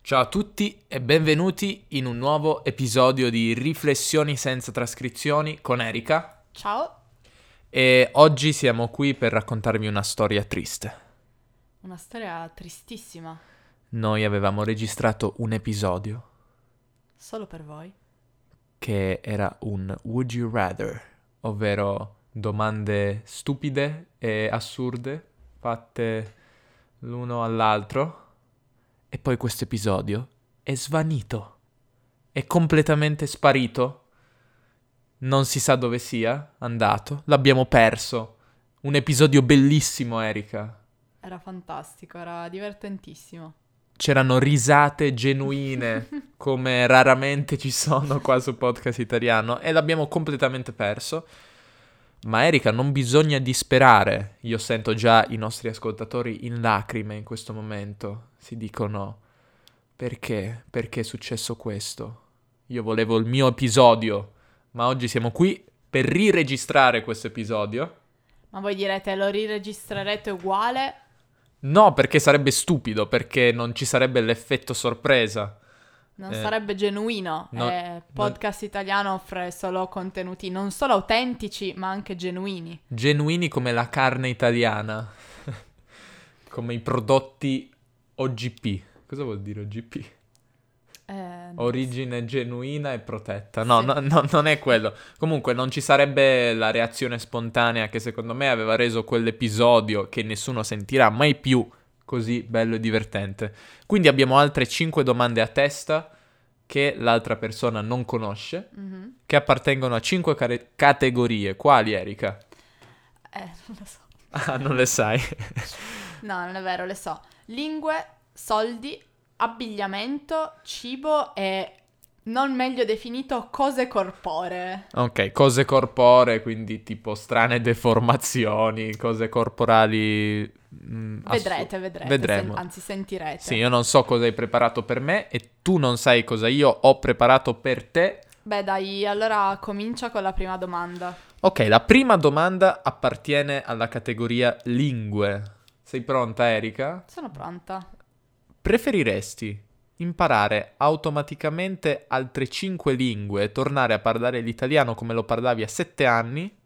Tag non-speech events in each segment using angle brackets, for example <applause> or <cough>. Ciao a tutti e benvenuti in un nuovo episodio di Riflessioni senza trascrizioni con Erika Ciao, e oggi siamo qui per raccontarvi una storia triste. una storia tristissima, Noi avevamo registrato un episodio solo per voi. che era un Would You Rather, ovvero domande stupide e assurde fatte l'uno all'altro. E poi questo episodio è svanito, è completamente sparito, non si sa dove sia andato, l'abbiamo perso. Un episodio bellissimo, Erika. Era fantastico, era divertentissimo. C'erano risate genuine come raramente ci sono qua su podcast italiano e l'abbiamo completamente perso. Ma Erika, non bisogna disperare. Io sento già i nostri ascoltatori in lacrime in questo momento. Si dicono perché? Perché è successo questo? Io volevo il mio episodio, ma oggi siamo qui per riregistrare questo episodio. Ma voi direte, lo riregistrerete uguale? No, perché sarebbe stupido, perché non ci sarebbe l'effetto sorpresa. Non Eh, sarebbe genuino. no, Eh, podcast italiano offre solo contenuti non solo autentici, ma anche genuini. genuini come la carne italiana, <laughs> come i prodotti OGP. Cosa vuol dire OGP? Eh, Origine genuina e protetta. No, Sì. no, no, non è quello. Comunque non ci sarebbe la reazione spontanea che secondo me aveva reso quell'episodio che nessuno sentirà mai più così bello e divertente. Quindi abbiamo altre 5 domande a testa che l'altra persona non conosce, mhm. che appartengono a 5 categorie. Quali, Erika? Eh, non lo so. Ah, non le sai. No, non è vero, le so. Lingue, soldi, abbigliamento, cibo e non meglio definito cose corporee. Ok, cose corporee, quindi tipo strane deformazioni, cose corporali. mm, assu- Vedrete, vedrete. Vedremo. sen- anzi, sentirete. Sì, io non so cosa hai preparato per me e tu non sai cosa io ho preparato per te. Beh, dai, allora comincia con la prima domanda. Ok, la prima domanda appartiene alla categoria lingue. Sei pronta, Erika? Sono pronta. Preferiresti imparare automaticamente altre 5 lingue e tornare a parlare l'italiano come lo parlavi a 7 anni?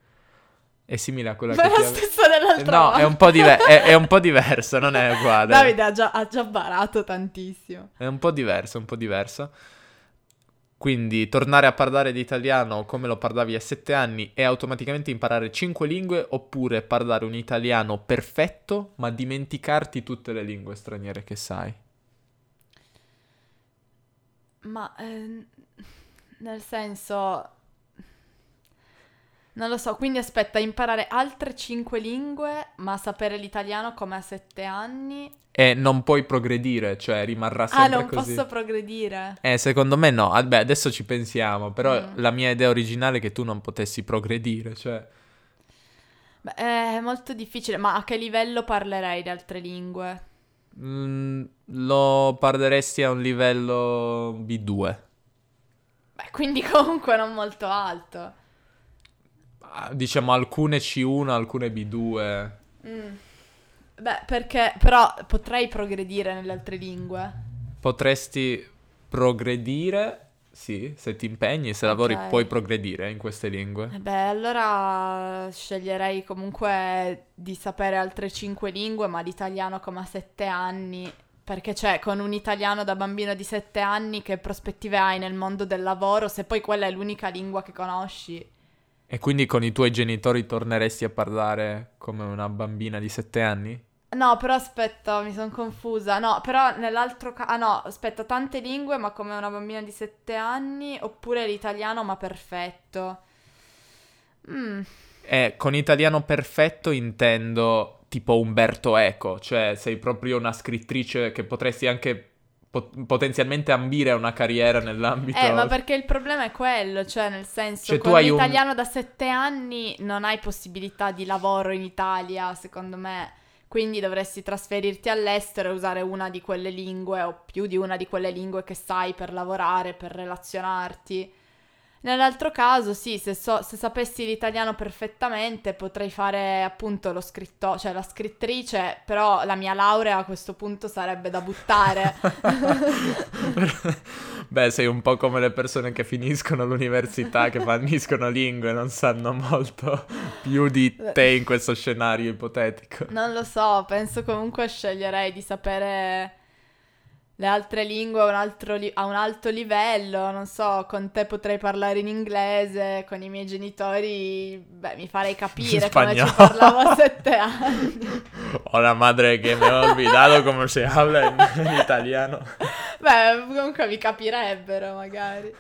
È simile a quella <laughs> Ma è che ti la ave- stessa dell'altra Eh, No, volta. è un, po diver- è, <laughs> è un po' diverso, non è uguale. Davide ha già, ha già barato tantissimo. È un po' diverso, un po' diverso. Quindi tornare a parlare l'italiano come lo parlavi a 7 anni e automaticamente imparare 5 lingue oppure parlare un italiano perfetto ma dimenticarti tutte le lingue straniere che sai. Ma ehm, nel senso... Non lo so, quindi aspetta, imparare altre cinque lingue, ma sapere l'italiano come a sette anni? E non puoi progredire, cioè rimarrà Ah, sempre non così. posso progredire. Eh, secondo me no. Ah, Beh, adesso ci pensiamo, però Mm. la mia idea originale è che tu non potessi progredire, cioè... Beh, è molto difficile, ma a che livello parlerei di altre lingue? Mm, lo parleresti a un livello B2. Beh, quindi <laughs> comunque non molto alto. Ah, Diciamo alcune C1, alcune B2. Mm. Beh, perché però potrei progredire nelle altre lingue. Potresti progredire, sì, se ti impegni, se lavori Ok. puoi progredire in queste lingue. Eh Beh, allora sceglierei comunque di sapere altre cinque lingue, ma l'italiano come a sette anni. Perché cioè, con un italiano da bambino di sette anni, che prospettive hai nel mondo del lavoro se poi quella è l'unica lingua che conosci? E quindi con i tuoi genitori torneresti a parlare come una bambina di 7 anni? No, però aspetta, mi sono confusa. No, però nell'altro caso... Ah no, aspetta, tante lingue, ma come una bambina di sette anni, oppure l'italiano, ma perfetto. Mm. Eh, con italiano perfetto intendo tipo Umberto Eco, cioè sei proprio una scrittrice che potresti anche pot- potenzialmente ambire a una carriera nell'ambito... Eh, ma perché il problema è quello, cioè nel senso Cioè, tu con hai un- l'italiano da sette anni non hai possibilità di lavoro in Italia, secondo me. Quindi dovresti trasferirti all'estero e usare una di quelle lingue o più di una di quelle lingue che sai per lavorare, per relazionarti. Nell'altro caso, sì, se, so- se sapessi l'italiano perfettamente potrei fare appunto lo scritto, cioè la scrittrice, però la mia laurea a questo punto sarebbe da buttare. <laughs> <laughs> Beh, sei un po' come le persone che finiscono l'università, che finiscono lingue, non sanno molto più di te in questo scenario ipotetico. Non lo so, penso comunque sceglierei di sapere le altre lingue a un, altro li- a un alto livello, non so, con te potrei parlare in inglese, con i miei genitori, beh, mi farei capire come ci Spagnolo. parlavo <laughs> a sette anni. Ho la madre che mi ha olvidado come si habla in, in italiano. Beh, comunque mi capirebbero magari.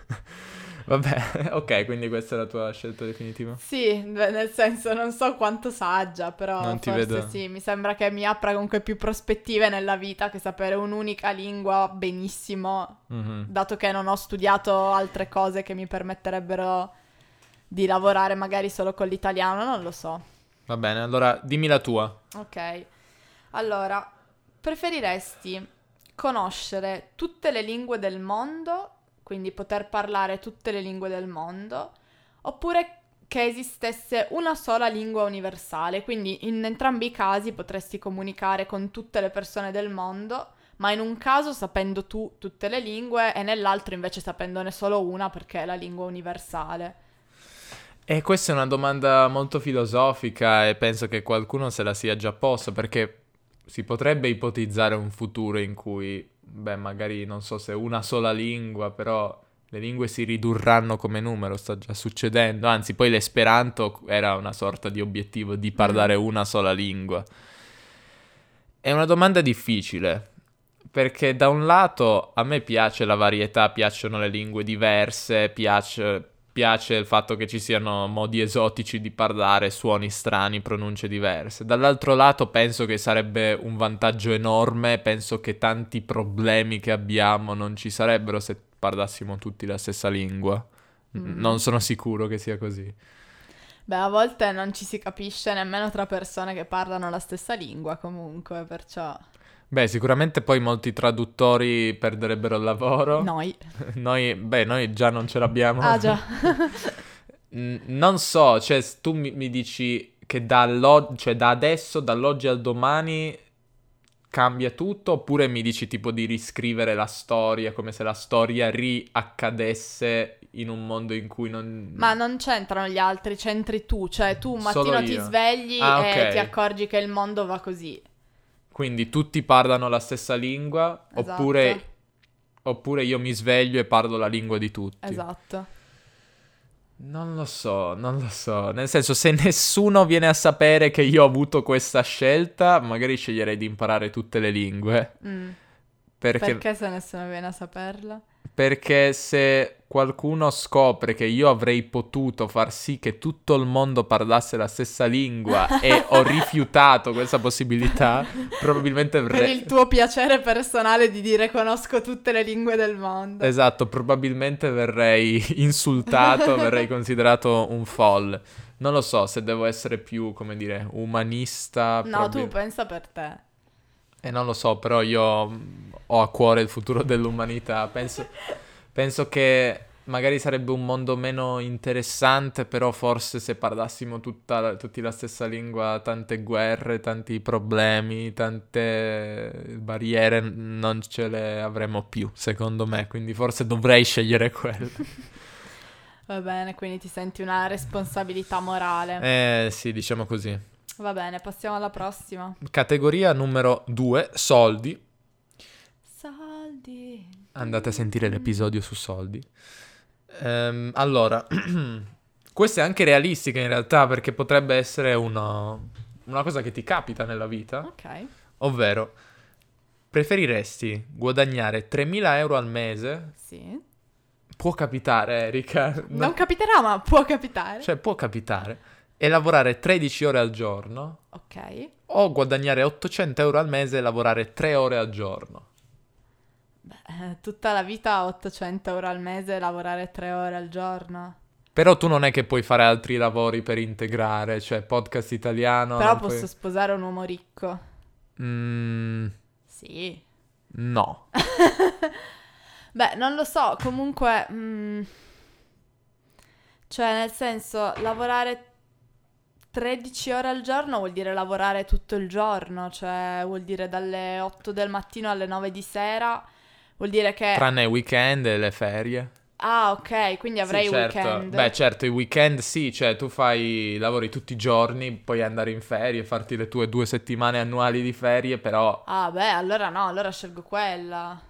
Vabbè, <laughs> ok, quindi questa è la tua scelta definitiva. Sì, beh, nel senso non so quanto saggia, però Non ti forse vedo. sì, mi sembra che mi apra comunque più prospettive nella vita che sapere un'unica lingua benissimo Mhm. dato che non ho studiato altre cose che mi permetterebbero di lavorare magari solo con l'italiano, non lo so. Va bene, allora dimmi la tua. Ok. Allora, preferiresti conoscere tutte le lingue del mondo, quindi poter parlare tutte le lingue del mondo, oppure che esistesse una sola lingua universale, quindi in entrambi i casi potresti comunicare con tutte le persone del mondo, ma in un caso sapendo tu tutte le lingue e nell'altro invece sapendone solo una perché è la lingua universale. E questa è una domanda molto filosofica e penso che qualcuno se la sia già posta perché si potrebbe ipotizzare un futuro in cui, beh, magari non so se una sola lingua, però le lingue si ridurranno come numero, sta già succedendo. Anzi, poi l'esperanto era una sorta di obiettivo di parlare una sola lingua. È una domanda difficile. Perché da un lato a me piace la varietà, piacciono le lingue diverse, piace, piace il fatto che ci siano modi esotici di parlare, suoni strani, pronunce diverse. Dall'altro lato penso che sarebbe un vantaggio enorme, penso che tanti problemi che abbiamo non ci sarebbero se parlassimo tutti la stessa lingua. Mm. N- Non sono sicuro che sia così. Beh, a volte non ci si capisce nemmeno tra persone che parlano la stessa lingua, comunque, perciò Beh, sicuramente poi molti traduttori perderebbero il lavoro. noi. <laughs> Noi, beh, noi già non ce l'abbiamo. <laughs> Ah, già. Mm, Non so, cioè, s- tu mi, mi dici che dall'o- cioè, da adesso, dall'oggi al domani cambia tutto, oppure mi dici tipo di riscrivere la storia, come se la storia riaccadesse in un mondo in cui non... Ma non c'entrano gli altri, c'entri tu, cioè tu un Solo mattino ti io. svegli Ah, e ok. ti accorgi che il mondo va così. Quindi tutti parlano la stessa lingua, Esatto. oppure... Oppure io mi sveglio e parlo la lingua di tutti. Esatto. Non lo so, non lo so. Nel senso, se nessuno viene a sapere che io ho avuto questa scelta, magari sceglierei di imparare tutte le lingue. Mm. Perché, Perché se nessuno viene a saperla? perché se qualcuno scopre che io avrei potuto far sì che tutto il mondo parlasse la stessa lingua e <laughs> ho rifiutato questa possibilità, probabilmente Per avrei... il tuo piacere personale di dire conosco tutte le lingue del mondo. Esatto, probabilmente verrei insultato, <laughs> verrei considerato un folle. Non lo so se devo essere più, come dire, umanista. no, tu probabil- pensa per te. E Eh, non lo so, però io mh, ho a cuore il futuro dell'umanità. Penso, penso che magari sarebbe un mondo meno interessante, però forse se parlassimo tutta- tutti la stessa lingua, tante guerre, tanti problemi, tante barriere, non ce le avremmo più, secondo me. Quindi forse dovrei scegliere quello. Va bene, quindi ti senti una responsabilità morale. Eh sì, diciamo così. Va bene, passiamo alla prossima. Categoria numero 2, soldi. Saldi. Andate a sentire Mm. l'episodio su soldi. Ehm, allora, <clears throat> questa è anche realistica in realtà perché potrebbe essere una, una cosa che ti capita nella vita, Ok. ovvero preferiresti guadagnare 3.000 euro al mese? Sì. Può capitare, Erika. <laughs> no? Non capiterà, ma può capitare. Cioè, può capitare. E lavorare 13 ore al giorno Ok. o guadagnare 800 euro al mese e lavorare 3 ore al giorno? Eh, Tutta la vita 800 euro al mese e lavorare 3 ore al giorno. Però tu non è che puoi fare altri lavori per integrare, cioè podcast italiano. Però non posso puoi- sposare un uomo ricco. Mm, Sì. no. Eh. Beh, non lo so, comunque... mm, Cioè, nel senso, lavorare 13 ore al giorno vuol dire lavorare tutto il giorno, cioè vuol dire dalle 8 del mattino alle 9 di sera, vuol dire che... Tranne i weekend e le ferie. Ah, ok, quindi avrei Sì, certo. weekend. Beh, certo, i weekend sì, cioè tu fai lavori tutti i giorni, puoi andare in ferie, farti le tue due settimane annuali di ferie, però Ah, beh, allora no, allora scelgo quella.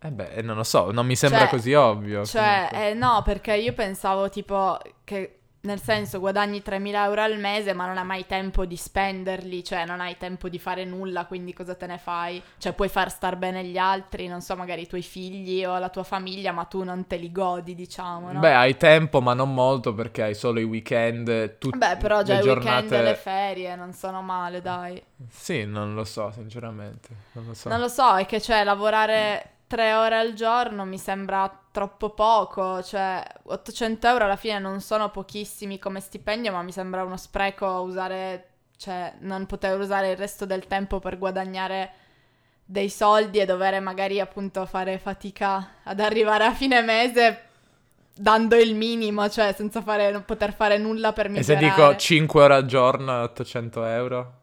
eh beh, non lo so, non mi sembra Cioè- così ovvio. Cioè, comunque. eh, no, perché io pensavo tipo che nel senso guadagni 3.000 euro al mese ma non hai mai tempo di spenderli, cioè non hai tempo di fare nulla, quindi cosa te ne fai? Cioè puoi far star bene gli altri, non so, magari i tuoi figli o la tua famiglia, ma tu non te li godi, diciamo, no? Beh, hai tempo, ma non molto perché hai solo i weekend, tutte Beh, però già le i giornate. weekend e le ferie non sono male, dai. Sì, non lo so, sinceramente, non lo so. Non lo so, è che cioè lavorare tre ore al giorno mi sembra troppo poco, cioè 800 euro alla fine non sono pochissimi come stipendio, ma mi sembra uno spreco usare, cioè non poter usare il resto del tempo per guadagnare dei soldi e dover magari appunto fare fatica ad arrivare a fine mese dando il minimo, cioè senza fare, non poter fare nulla per E se migliorare. dico 5 ore al giorno, 800 euro?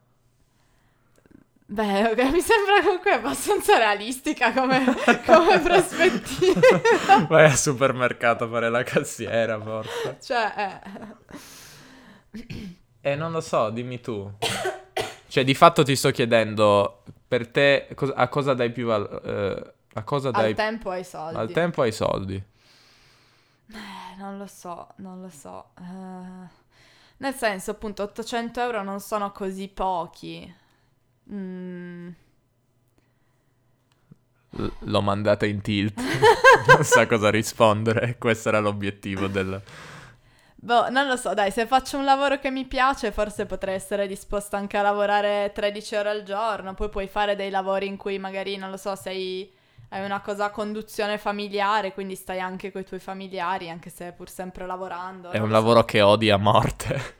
Beh, <laughs> ok, mi sembra comunque abbastanza realistica come, come prospettiva. <laughs> Vai al supermercato a fare la cassiera, forse. Cioè, E Eh, non lo so, dimmi tu. Cioè, di fatto ti sto chiedendo, per te cos- a cosa dai più val- eh, a cosa eh, dai al tempo ai soldi. al tempo e ai soldi? Eh, non lo so, non lo so. Eh, nel senso, appunto, 800 euro non sono così pochi. Mm, <laughs> L- l'ho mandata in tilt. <laughs> non sa cosa rispondere, <laughs> questo era l'obiettivo del Boh, non lo so, dai, se faccio un lavoro che mi piace, forse potrei essere disposta anche a lavorare 13 ore al giorno. Poi puoi fare dei lavori in cui magari, non lo so, sei... hai una cosa a conduzione familiare, quindi stai anche con i tuoi familiari, anche se pur sempre lavorando. è non un lo so. lavoro che odi a <laughs> morte.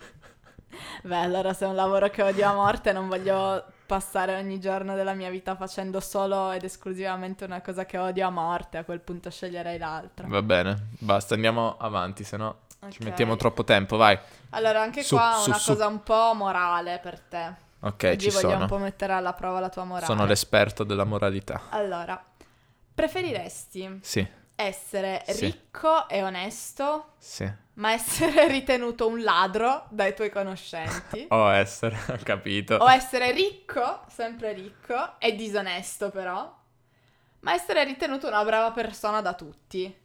Beh, allora se è un lavoro che odio a morte non voglio passare ogni giorno della mia vita facendo solo ed esclusivamente una cosa che odio a morte, a quel punto sceglierei l'altra. Va bene, basta, andiamo avanti, se no Ok. ci mettiamo troppo tempo, vai. Allora, anche Su, qua su, una su. cosa un po' morale per te. Ok, Oggi ci voglio sono. un po' mettere alla prova la tua morale. Sono l'esperto della moralità. Allora, preferiresti Sì, essere Sì. ricco e onesto, sì. ma essere <laughs> ritenuto un ladro dai tuoi conoscenti? O essere, <laughs> ho capito. O essere ricco, sempre ricco, e disonesto però, ma essere ritenuto una brava persona da tutti.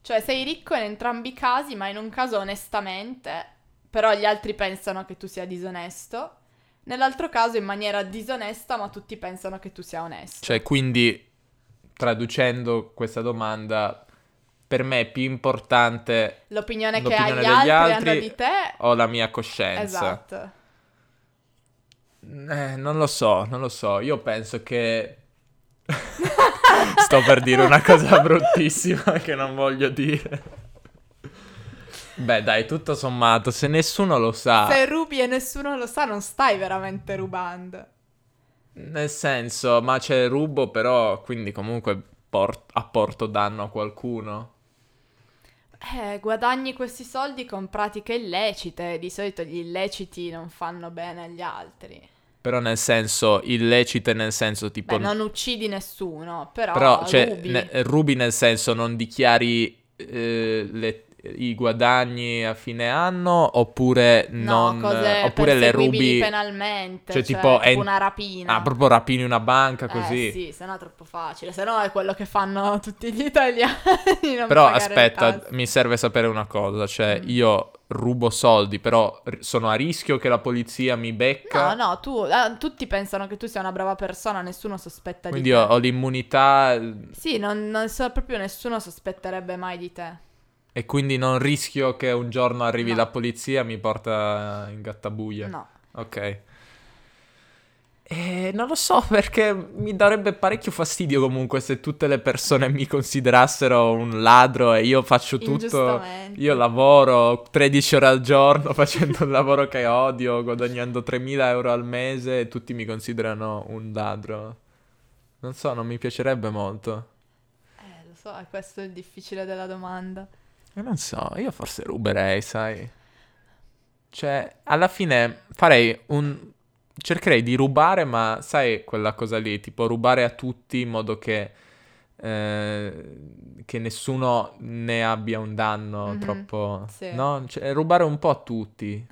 Cioè sei ricco in entrambi i casi, ma in un caso onestamente, però gli altri pensano che tu sia disonesto, nell'altro caso in maniera disonesta, ma tutti pensano che tu sia onesto. Cioè, quindi, traducendo questa domanda, per me è più importante L'opinione, l'opinione che degli hai gli altri, altri hanno di te... o la mia coscienza? Esatto. Eh, non lo so, non lo so. Io penso che... <laughs> Sto per dire una <laughs> cosa bruttissima che non voglio dire. Beh, dai, tutto sommato, se nessuno lo sa... Se rubi e nessuno lo sa, non stai veramente rubando. Nel senso, ma c'è il rubo però, quindi comunque por- apporto danno a qualcuno. Eh, guadagni questi soldi con pratiche illecite, di solito gli illeciti non fanno bene agli altri. Però nel senso, illecite nel senso tipo... Beh, non uccidi nessuno, però, però, cioè, rubi. ne- rubi nel senso non dichiari eh, le- i guadagni a fine anno oppure No, non... eh, cose oppure le perseguibili rubi... penalmente, cioè, cioè, tipo, tipo, è- una rapina. Ah, proprio rapini una banca Eh, così. sì, sennò è troppo facile, sennò è quello che fanno tutti gli italiani. <laughs> non Però pagare le aspetta, tasse. mi serve sapere una cosa, cioè Mm. io rubo soldi, però r- sono a rischio che la polizia mi becca. No, no, tu, ah, tutti pensano che tu sia una brava persona, nessuno sospetta Quindi di ho, te. ho l'immunità Sì, non, non so, proprio nessuno sospetterebbe mai di te. e quindi non rischio che un giorno arrivi No. la polizia e mi porta in gattabuia. No. Ok. E non lo so <laughs> perché mi darebbe parecchio fastidio comunque se tutte le persone mi considerassero un ladro e io faccio tutto. Ingiustamente. Io lavoro 13 ore al giorno <laughs> facendo un lavoro che odio, guadagnando 3.000 euro al mese e tutti mi considerano un ladro. Non so, non mi piacerebbe molto. Eh, lo so, è questo il difficile della domanda. Eh, Non so, io forse ruberei, sai. Cioè, alla fine farei un... Cercherei di rubare, ma sai quella cosa lì, tipo rubare a tutti in modo che... eh, che nessuno ne abbia un danno Mhm, troppo... sì. No, Cioè, rubare un po' a tutti.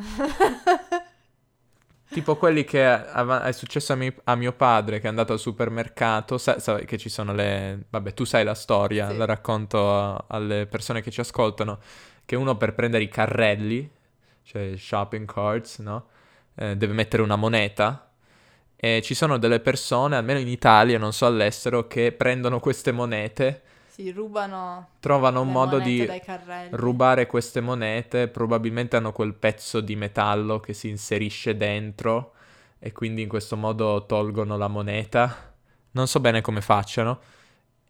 Tipo quelli che av- è successo a, mi- a mio padre che è andato al supermercato, sa- sai che ci sono le... Vabbè, tu sai la storia, Sì. la racconto a- alle persone che ci ascoltano, che uno per prendere i carrelli, cioè shopping carts, no? Eh, deve mettere una moneta. E ci sono delle persone, almeno in Italia, non so all'estero, che prendono queste monete, si rubano trovano un le modo monete di dai carrelli. rubare queste monete, probabilmente hanno quel pezzo di metallo che si inserisce dentro e quindi in questo modo tolgono la moneta. Non so bene come facciano.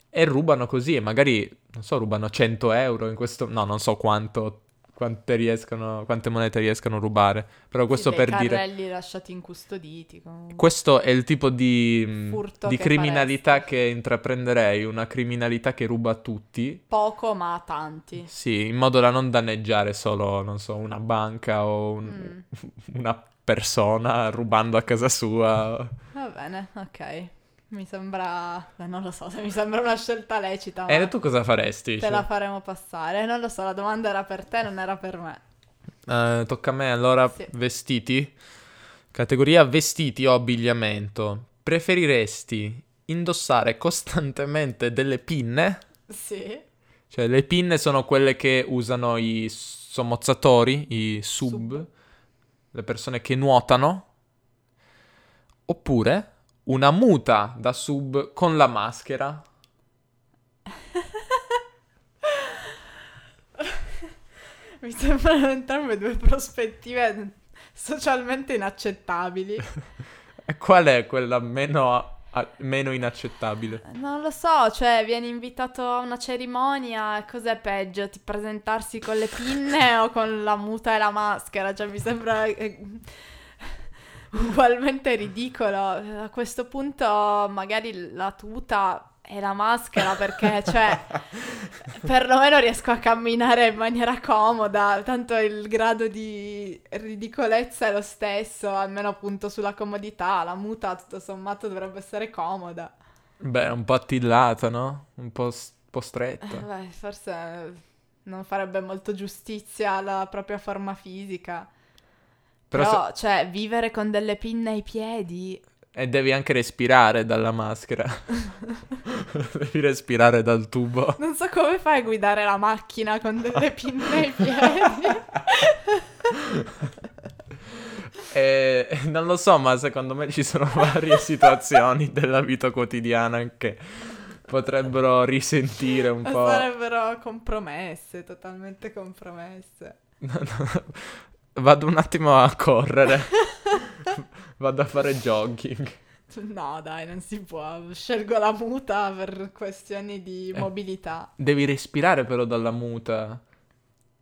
E rubano così e magari, non so, rubano 100 euro in questo... No, non so quanto, quante, riescono, quante monete riescono a rubare. Però questo Sì, dei per dire... carrelli lasciati incustoditi comunque. Questo è il tipo di, mh, Furto di che criminalità che intraprenderei, una criminalità che ruba a tutti, Poco ma a tanti. sì, in modo da non danneggiare solo, non so, una banca o un- <laughs> Mm. una persona rubando a casa sua. Va bene, ok. Mi sembra... beh, non lo so se mi sembra una scelta lecita, ma E tu cosa faresti? te la faremo passare. Non lo so, la domanda era per te, non era per me. Eh, tocca a me allora, Sì. vestiti. Categoria vestiti o abbigliamento. Preferiresti indossare costantemente delle pinne? Sì. Cioè, le pinne sono quelle che usano i sommozzatori, i sub, Sub. le persone che nuotano. Oppure una muta da sub con la maschera. <laughs> Mi sembrano entrambe due prospettive socialmente inaccettabili. E Qual è quella meno, a- meno inaccettabile? <laughs> Non lo so, cioè vieni invitato a una cerimonia, cos'è peggio? Ti presentarsi con le pinne o con la muta e la maschera? Cioè mi sembra eh, ugualmente ridicolo. A questo punto magari la tuta e la maschera perché cioè perlomeno riesco a camminare in maniera comoda, tanto il grado di ridicolezza è lo stesso, almeno appunto sulla comodità, la muta tutto sommato dovrebbe essere comoda. Beh, un po' attillata, no? Un po', s- un po' Eh, stretta. beh, forse non farebbe molto giustizia alla propria forma fisica. Però Però, se- cioè, vivere con delle pinne ai piedi. <laughs> E devi anche respirare dalla maschera. <laughs> devi respirare dal tubo. Non so come fai a guidare la macchina con delle pinne ai piedi. <laughs> Eh, <laughs> non lo so, ma secondo me ci sono <laughs> varie situazioni della vita quotidiana che potrebbero risentire un po'. <laughs> Sarebbero compromesse, totalmente compromesse. <laughs> Vado un attimo a correre. <laughs> Vado a fare jogging. No, dai, non si può. Scelgo la muta per questioni di Eh. mobilità. Devi respirare però dalla muta.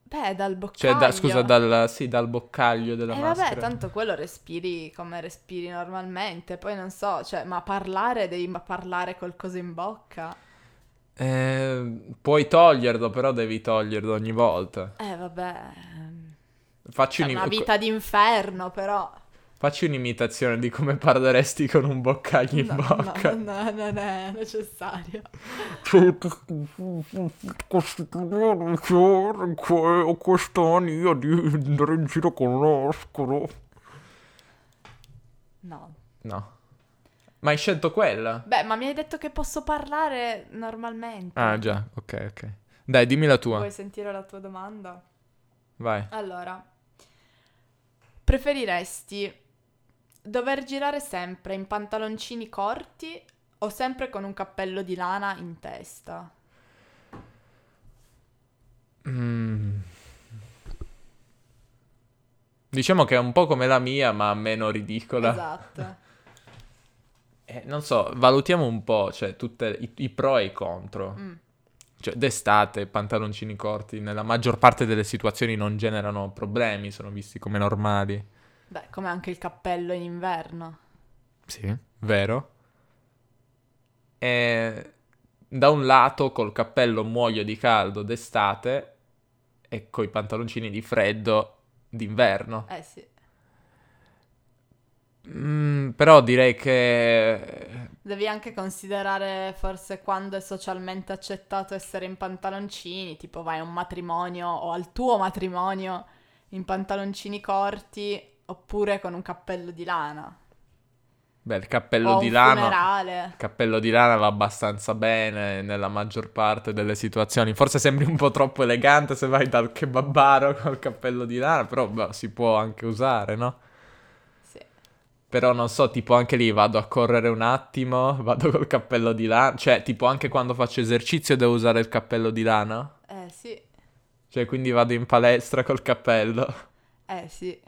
Beh, dal boccaglio. Cioè, da- scusa, dal, sì, dal boccaglio della E maschera. Eh, vabbè, tanto quello respiri come respiri normalmente, poi non so, cioè, ma parlare devi ma parlare qualcosa in bocca. Eh, puoi toglierlo, però devi toglierlo ogni volta. Eh vabbè, ehm, Facci, è un'im- una vita d'inferno però. facci un'imitazione di come parleresti con un boccaglio in No, no, bocca. no, no, non è necessario. Costituzione che quest'anno di andare in giro con l'oscuro. No. No. Ma hai scelto quella? Beh, ma mi hai detto che posso parlare normalmente. Ah, già, ok, ok. Dai, dimmi la tua. Vuoi sentire la tua domanda? Vai. Allora, preferiresti dover girare sempre in pantaloncini corti o sempre con un cappello di lana in testa? Mm. Diciamo che è un po' come la mia, ma meno ridicola. Esatto. Eh, non so, valutiamo un po', cioè, tutte i, i pro e i contro. Mm. Cioè, d'estate, pantaloncini corti, nella maggior parte delle situazioni non generano problemi, sono visti come normali. Beh, come anche il cappello in inverno. Sì, vero? E da un lato col cappello muoio di caldo d'estate e coi pantaloncini di freddo d'inverno. Eh sì, Mm, però direi che devi anche considerare forse quando è socialmente accettato essere in pantaloncini, tipo vai a un matrimonio o al tuo matrimonio in pantaloncini corti oppure con un cappello di lana. beh, il o cappello a di un lana. funerale. Il cappello di lana va abbastanza bene nella maggior parte delle situazioni. Forse sembri un po' troppo elegante se vai dal kebabaro col cappello di lana, però beh, si può anche usare, no? Sì. Però non so, tipo anche lì vado a correre un attimo, <laughs> vado col cappello di lana. Cioè, tipo anche quando faccio esercizio devo usare il cappello di lana? Eh sì, Cioè, quindi vado in palestra col cappello. eh sì.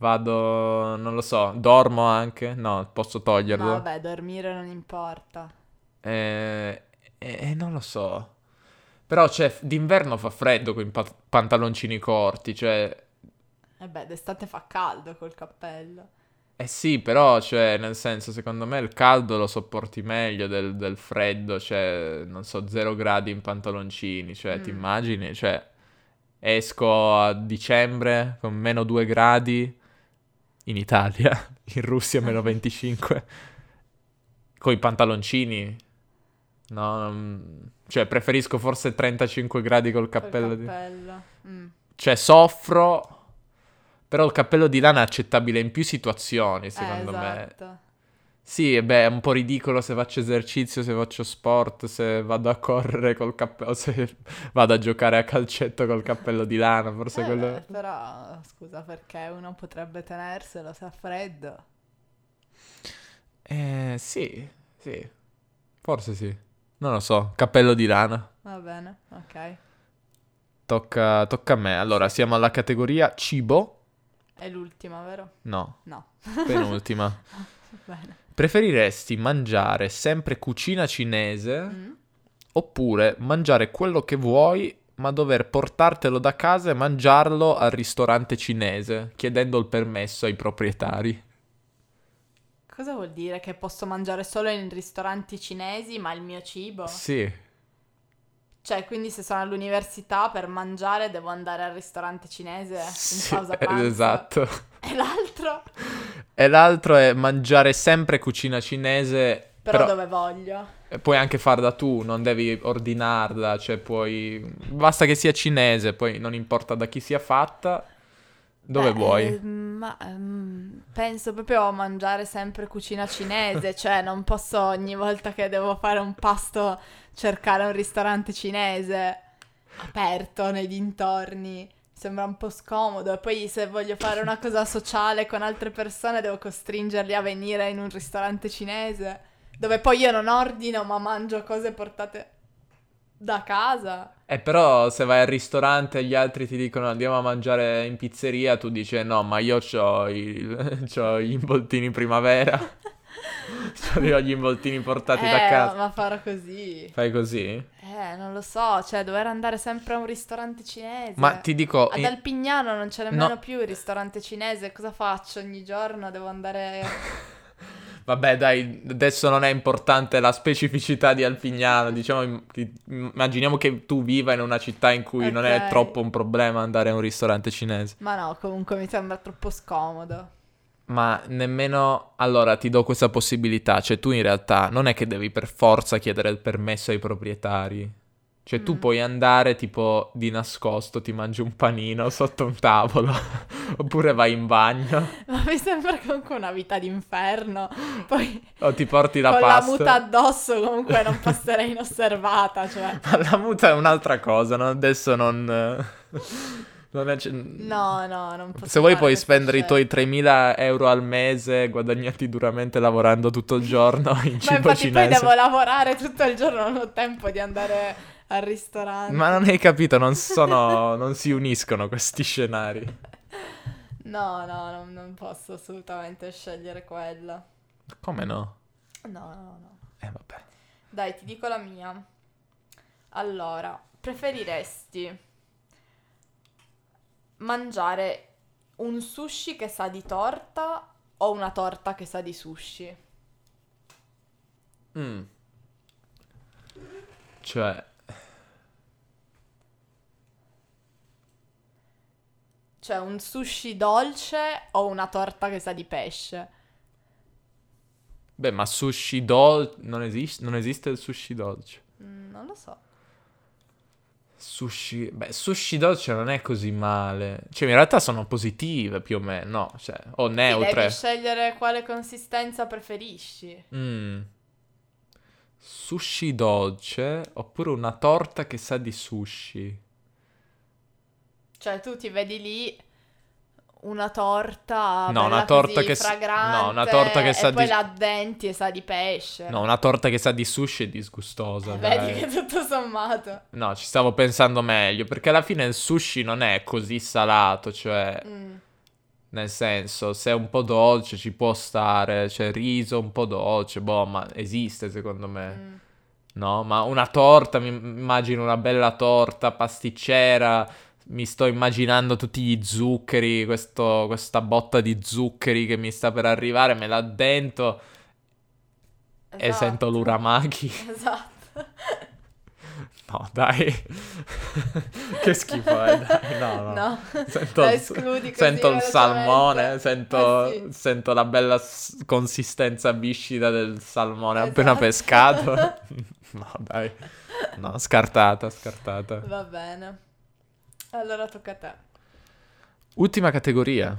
Vado, non lo so, dormo anche? No, posso toglierlo. No, vabbè, dormire non importa. Eh, eh, non lo so. Però, cioè, f- d'inverno fa freddo con i pa- pantaloncini corti, cioè... E Eh beh, d'estate fa caldo col cappello. Eh sì, però, cioè, nel senso, secondo me il caldo lo sopporti meglio del, del freddo, cioè, non so, zero gradi in pantaloncini, cioè, ti Mm. immagini? Cioè, esco a dicembre con meno 2 gradi in Italia, <laughs> in Russia meno 25, con i pantaloncini, no? non- Cioè, preferisco forse 35 gradi col Col cappello di... cappello. Mm. Cioè, soffro, però il cappello di lana è accettabile in più situazioni, secondo eh, me. esatto. Sì, e beh, è un po' ridicolo se faccio esercizio, se faccio sport, se vado a correre col cappello, <laughs> se vado a giocare a calcetto col cappello di lana, forse Eh, quello... beh, però, scusa, perché uno potrebbe tenerselo se ha freddo? Eh, sì, sì, forse sì. Non lo so, cappello di lana. Va bene, ok. Tocca, tocca a me. Allora, siamo alla categoria cibo? È l'ultima, vero? <laughs> No, No. penultima. Bene. Preferiresti mangiare sempre cucina cinese Mm. oppure mangiare quello che vuoi ma dover portartelo da casa e mangiarlo al ristorante cinese chiedendo il permesso ai proprietari? Cosa vuol dire che posso mangiare solo in ristoranti cinesi, ma il mio cibo? Sì, Cioè, quindi se sono all'università per mangiare devo andare al ristorante cinese in sì, <laughs> pausa pranzo. esatto. E l'altro? E l'altro è mangiare sempre cucina cinese, Però, però, eh, dove voglio. puoi anche farla tu, non devi ordinarla, cioè puoi... Basta che sia cinese, poi non importa da chi sia fatta, dove Beh, vuoi. eh, ma ehm, penso proprio a mangiare sempre cucina cinese, cioè non posso ogni volta che devo fare un pasto cercare un ristorante cinese aperto nei dintorni. Mi Sembra un po' scomodo e poi se voglio fare una cosa sociale con altre persone devo costringerli a venire in un ristorante cinese dove poi io non ordino ma mangio cose portate da casa. Eh, però se vai al ristorante e gli altri ti dicono andiamo a mangiare in pizzeria, tu dici "Eh, no, ma io c'ho, il- <laughs> c'ho gli involtini primavera, <laughs> c'ho gli gli involtini portati da Eh, casa. ma farò così. Fai così? Eh, non lo so, cioè dover andare sempre a un ristorante cinese. Ma ti dico... Ad in- Alpignano non c'è nemmeno No. più il ristorante cinese, cosa faccio ogni giorno? Devo andare... <laughs> Vabbè dai, adesso non è importante la specificità di Alpignano, diciamo, im- ti- immaginiamo che tu viva in una città in cui non è Ok. troppo un problema andare a un ristorante cinese. Ma no, comunque mi sembra troppo scomodo. <laughs> Ma nemmeno... Allora, ti do questa possibilità, cioè tu in realtà non è che devi per forza chiedere il permesso ai proprietari. Cioè tu Mm. puoi andare tipo di nascosto, ti mangi un panino sotto un tavolo, <laughs> oppure vai in bagno, Ma mi sembra comunque una vita d'inferno. Poi o ti porti la con pasta. la muta osdosso comunque non passerei inosservata, cioè... Ma la muta è un'altra cosa, no? adesso non... <laughs> eh, non è- cioè, No, no, non posso Se vuoi puoi fare cioè. questa spendere i scelta. tuoi 3.000 euro al mese guadagnati duramente lavorando tutto il giorno in Ma cibo infatti cinese. poi devo lavorare tutto il giorno, non ho tempo di andare al ristorante. Ma non hai capito, non sono. non si uniscono questi scenari. No, no, non, non posso assolutamente scegliere quella. Come no? No, no, no. Eh, vabbè. Dai, ti dico la mia. Allora, preferiresti mangiare un sushi che sa di torta o una torta che sa di sushi? Mm. Cioè. cioè un sushi dolce o una torta che sa di pesce? Beh, ma sushi dolce... Non, esiste- non esiste il sushi dolce. Mm, Non lo so. Sushi... Beh, sushi dolce non è così male. Cioè, in realtà sono positive più o meno, no? Cioè, o Sì, devi neutre. scegliere quale consistenza preferisci. Mm. Sushi dolce oppure una torta che sa di sushi. Cioè, tu ti vedi lì una torta No, bella una torta così, che s- fragrante, no, una torta che sa e poi di- la addenti e sa di pesce. No, una torta che sa di sushi è disgustosa. <laughs> Vedi dai. che tutto sommato. No, ci stavo pensando meglio, perché alla fine il sushi non è così salato, cioè, Mm. nel senso, se è un po' dolce ci può stare, cioè riso un po' dolce, boh, ma esiste secondo me, mm. no? Ma una torta, mi immagino una bella torta pasticcera, mi sto immaginando tutti gli zuccheri, questo- questa botta di zuccheri che mi sta per arrivare, me la dento e Esatto. sento l'uramaki. Esatto. <laughs> No, dai. <laughs> che schifo, eh, dai. No, no. <laughs> Sento, Lo il- escludi così sento il velocemente. salmone, sento, Eh sì. sento la bella s- consistenza viscida del salmone appena Esatto. pescato. <laughs> <laughs> no, dai. No, scartata, scartata. Va bene. Allora tocca a te. Ultima categoria.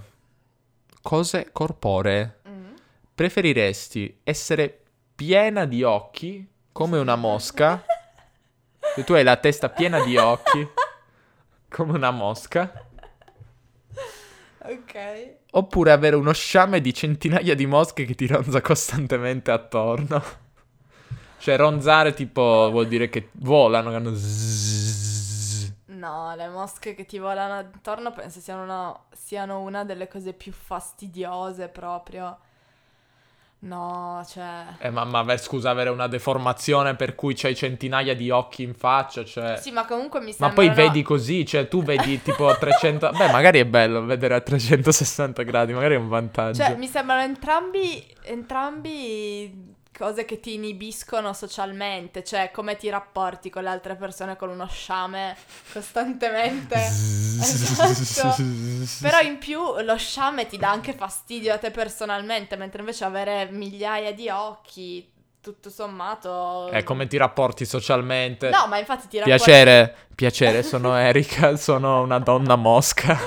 Cose corporee. Mm. Preferiresti essere piena di occhi come una mosca? Se tu hai la testa piena di occhi come una mosca? <laughs> Ok. Oppure avere uno sciame di centinaia di mosche che ti ronza costantemente attorno. Cioè, ronzare tipo vuol dire che volano, che hanno zzzz. No, le mosche che ti volano attorno penso siano una, siano una delle cose più fastidiose proprio. No, cioè... Eh, mamma, beh, scusa, avere una deformazione per cui c'hai centinaia di occhi in faccia, cioè... Sì, ma comunque mi sembra... Ma poi vedi così, cioè tu vedi tipo a 300... Beh, magari è bello vedere a 360 gradi, magari è un vantaggio. Cioè, mi sembrano entrambi, entrambi cose che ti inibiscono socialmente, cioè come ti rapporti con le altre persone con uno sciame <laughs> costantemente. Esatto. Però in più lo sciame ti dà anche fastidio a te personalmente, mentre invece avere migliaia di occhi, tutto sommato... È come ti rapporti socialmente. No, ma infatti ti rapporti... Piacere, piacere, sono Erika, sono una donna mosca.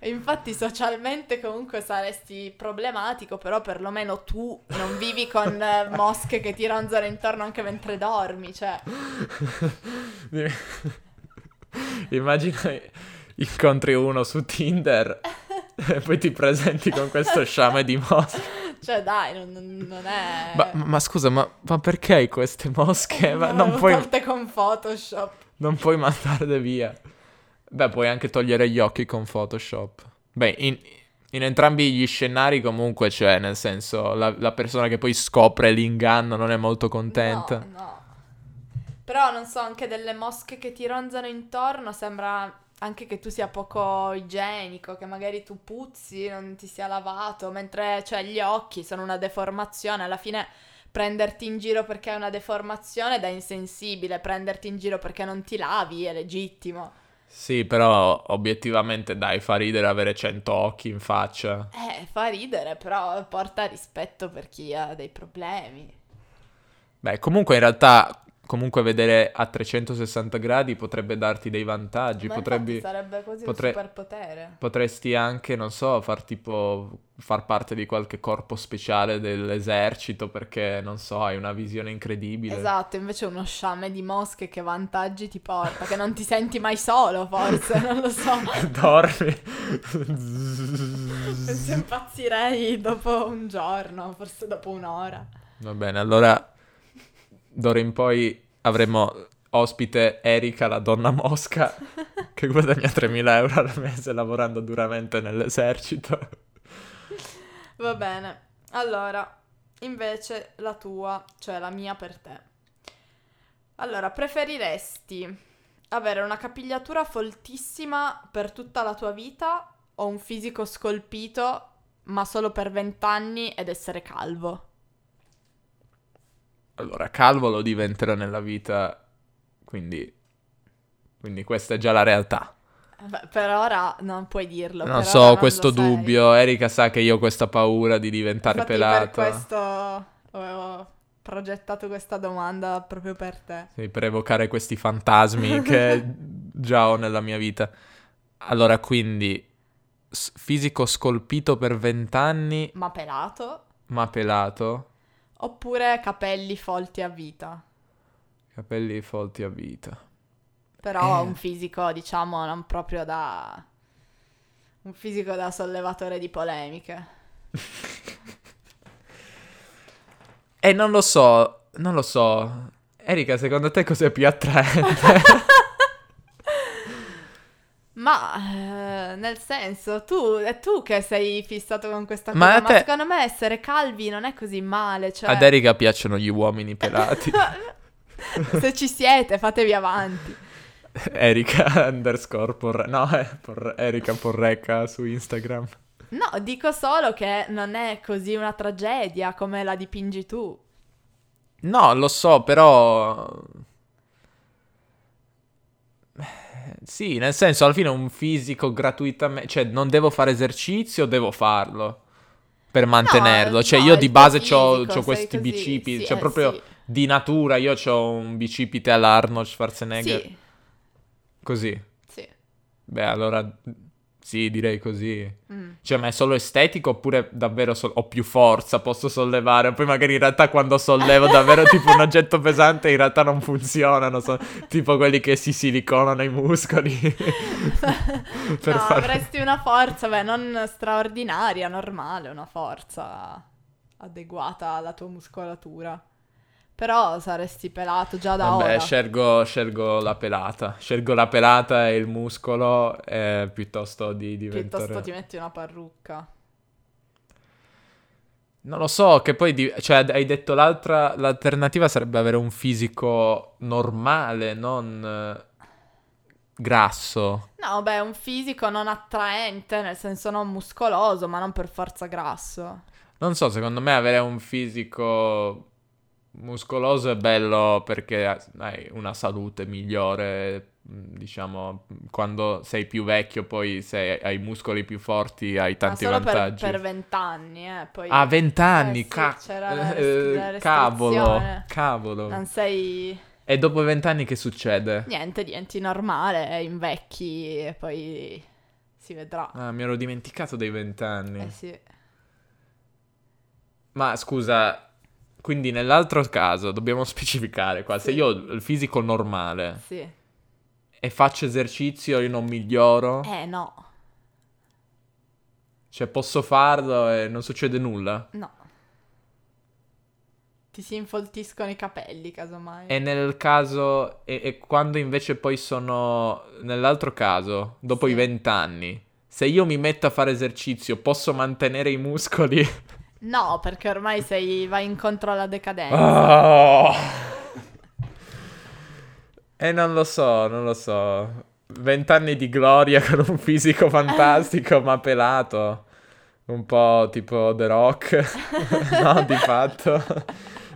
Infatti socialmente comunque saresti problematico, però perlomeno tu non <laughs> vivi con eh, mosche che ti ronzano intorno anche mentre dormi, cioè... Immagina incontri uno su Tinder e poi ti presenti con questo sciame di mosche. Cioè dai, non, non- non è... Ma, ma scusa, ma, ma perché queste Eh, mosche? Ma non, <laughs> Erano puoi, tolte con Photoshop. non puoi mandarle via. Beh, puoi anche togliere gli occhi con Photoshop. Beh, in, in entrambi gli scenari comunque c'è, nel senso, la, la persona che poi scopre l'inganno non è molto contenta. No, no. Però non so, anche delle mosche che ti ronzano intorno sembra anche che tu sia poco igienico, che magari tu puzzi, non ti sia lavato, mentre cioè, gli occhi sono una deformazione, alla fine prenderti in giro perché hai una deformazione è da insensibile, prenderti in giro perché non ti lavi è legittimo. Sì, però obiettivamente dai, fa ridere avere 100 occhi in faccia. Eh, fa ridere, però porta rispetto per chi ha dei problemi. Beh, comunque in realtà, comunque vedere a 360 gradi potrebbe darti dei vantaggi, Ma potrebbe- infatti sarebbe quasi potre- un superpotere. potresti anche, non so, far tipo, far parte di qualche corpo speciale dell'esercito perché, non so, hai una visione incredibile. Esatto, invece uno sciame di mosche che vantaggi ti porta, che non ti senti mai solo forse, non lo so. <laughs> <laughs> Penso Dormi. impazzirei dopo un giorno, forse dopo un'ora. Va bene, allora d'ora in poi avremo ospite Erika, la donna mosca, che guadagna 3.000 euro al mese lavorando duramente nell'esercito. Va bene, allora, invece la tua, cioè la mia per te. Allora, preferiresti avere una capigliatura foltissima per tutta la tua vita o un fisico scolpito ma solo per vent'anni ed essere calvo? Allora, calvo lo diventerò nella vita, quindi... Quindi questa è già la realtà. Beh, per ora non puoi dirlo. per Non ora so, lo questo sai. dubbio. Erika sa che io ho questa paura di diventare Infatti Per pelata. questo avevo progettato questa domanda proprio per te. Sì, per evocare questi fantasmi che già ho nella mia vita. Allora, quindi, s- fisico scolpito per 20 anni, Ma pelato? ma pelato, Oppure capelli folti a vita? capelli folti a vita. Però Eh. un fisico, diciamo, non proprio da... Un fisico da sollevatore di polemiche. <laughs> E non lo so, non lo so. Erika, secondo te cos'è più attraente? Ma eh, nel senso, tu, è tu che sei fissato con questa cosa. Ma Ma, a te- secondo me essere calvi non è così male. <laughs> Cioè... Ad Erika piacciono gli uomini <laughs> pelati. Se ci siete, fatevi avanti. Erika <laughs> underscore porre... No, eh, por- Erika Porreca su Instagram. No, dico solo che non è così una tragedia come la dipingi tu. No, lo so, però... Eh, Sì, nel senso, alla fine un fisico gratuitamente... Cioè, non devo fare esercizio, devo farlo. Per mantenerlo. No, cioè, no, io il di tuo base fisico, c'ho, c'ho sei questi così, bicipiti. sì, cioè, eh, proprio sì. di natura io ho un bicipite all'Arnold Schwarzenegger. Sì, Così. sì. Beh, allora... Sì, direi così. Mm. Cioè, ma è solo estetico oppure davvero sol- ho più forza, posso sollevare? Poi magari in realtà quando sollevo davvero tipo un oggetto pesante in realtà non funzionano, sono tipo quelli che si siliconano i <laughs> muscoli. <laughs> per no, fare- avresti una forza, beh, non straordinaria, normale, una forza adeguata alla tua muscolatura. Però saresti pelato già da Vabbè, ora. scelgo, scelgo la pelata. Scelgo la pelata e il muscolo eh, piuttosto di diventare... Piuttosto ti metti una parrucca. Non lo so, che poi... di- Cioè, hai detto l'altra... L'alternativa sarebbe avere un fisico normale, non eh, grasso. No, beh, un fisico non attraente, nel senso non muscoloso, ma non per forza grasso. Non so, secondo me avere un fisico muscoloso è bello perché hai una salute migliore, mh, diciamo, quando sei più vecchio poi sei, hai i muscoli più forti, hai tanti ma solo per- vantaggi. per vent'anni, eh. Poi A vent'anni, Eh sì, ca- c'era la res- eh, la cavolo, restrizione. cavolo. non sei E dopo vent'anni che succede? niente, diventi normale, invecchi e poi si vedrà. Ah, mi ero dimenticato dei vent'anni. Eh sì. Ma scusa, quindi nell'altro caso dobbiamo <laughs> specificare qua, se Sì. io ho il fisico normale... Sì. e faccio esercizio io non miglioro, Eh no, cioè posso farlo e non succede nulla. no. Ti si infoltiscono i capelli, casomai. E nel caso, e, e quando invece poi sono, nell'altro caso, dopo Sì. i vent'anni, se io mi metto a fare esercizio posso mantenere i muscoli? No, perché ormai sei, vai incontro <laughs> alla decadenza. Oh! <laughs> e Eh, non lo so, non lo so. Vent'anni di gloria <laughs> con un fisico fantastico ma pelato. Un po' tipo The Rock. <laughs> no, di fatto.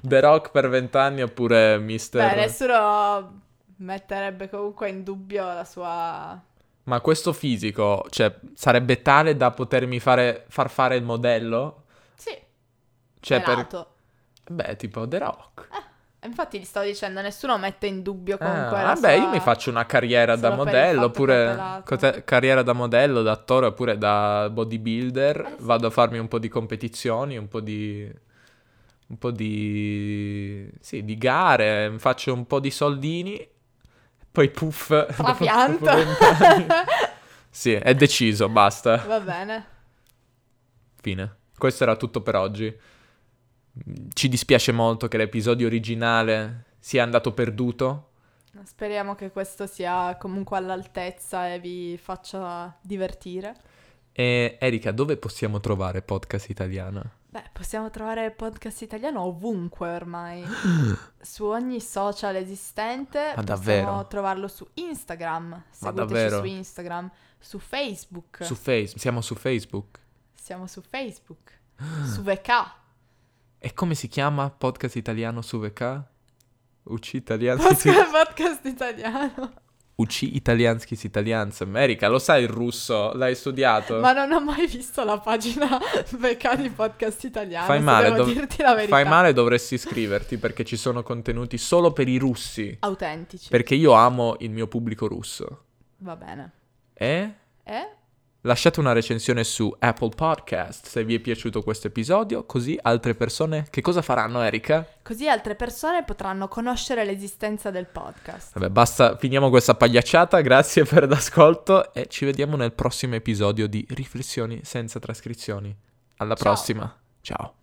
The Rock per vent'anni oppure Beh, Mister... nessuno metterebbe comunque in dubbio la sua... Ma questo fisico, cioè, sarebbe tale da potermi fare, far fare il modello? Sì, Cioè, per... pelato. Beh, tipo The Rock. Infatti ti stavo dicendo, nessuno mette in dubbio comunque Ah, la vabbè, sua- io mi faccio una carriera da solo per il modello, fatto che è oppure pelato. cos'è- carriera da modello, da attore, oppure da bodybuilder. Eh sì. Vado a farmi un po' di competizioni, un po' di... un po' di... sì, di gare, faccio un po' di soldini, poi puff. dopo- Trapianto. dopo <laughs> vent'anni. sì, è deciso, basta. <laughs> Va bene. Fine. Questo era tutto per oggi. Ci dispiace molto che l'episodio originale sia andato perduto. Speriamo che questo sia comunque all'altezza e vi faccia divertire. E Erika, dove possiamo trovare podcast italiana? Beh, possiamo trovare il podcast italiano ovunque <gasps> ormai, su ogni social esistente. Ma Possiamo davvero? trovarlo su Instagram, seguiteci davvero? su Instagram, su Facebook, Su Facebook, siamo su Facebook. siamo su Facebook, <gasps> su VK. E come si chiama podcast italiano su VK? UC italiano Podcast, podcast italiano. Uci italianskis italians America. Lo sai il russo? L'hai studiato? Ma non ho mai visto la pagina <laughs> Beccati Podcast Italiano. Fai se male, devo dov- dirti la verità. Fai male, dovresti iscriverti perché ci sono contenuti solo per i russi. Autentici. Perché io amo il mio pubblico russo. Va bene. E Eh? lasciate una recensione su Apple Podcast se vi è piaciuto questo episodio, così altre persone che cosa faranno, Erika? Così altre persone potranno conoscere l'esistenza del podcast. Vabbè, basta, finiamo questa pagliacciata, grazie per l'ascolto e ci vediamo nel prossimo episodio di Riflessioni senza trascrizioni. Alla Ciao. prossima. Ciao.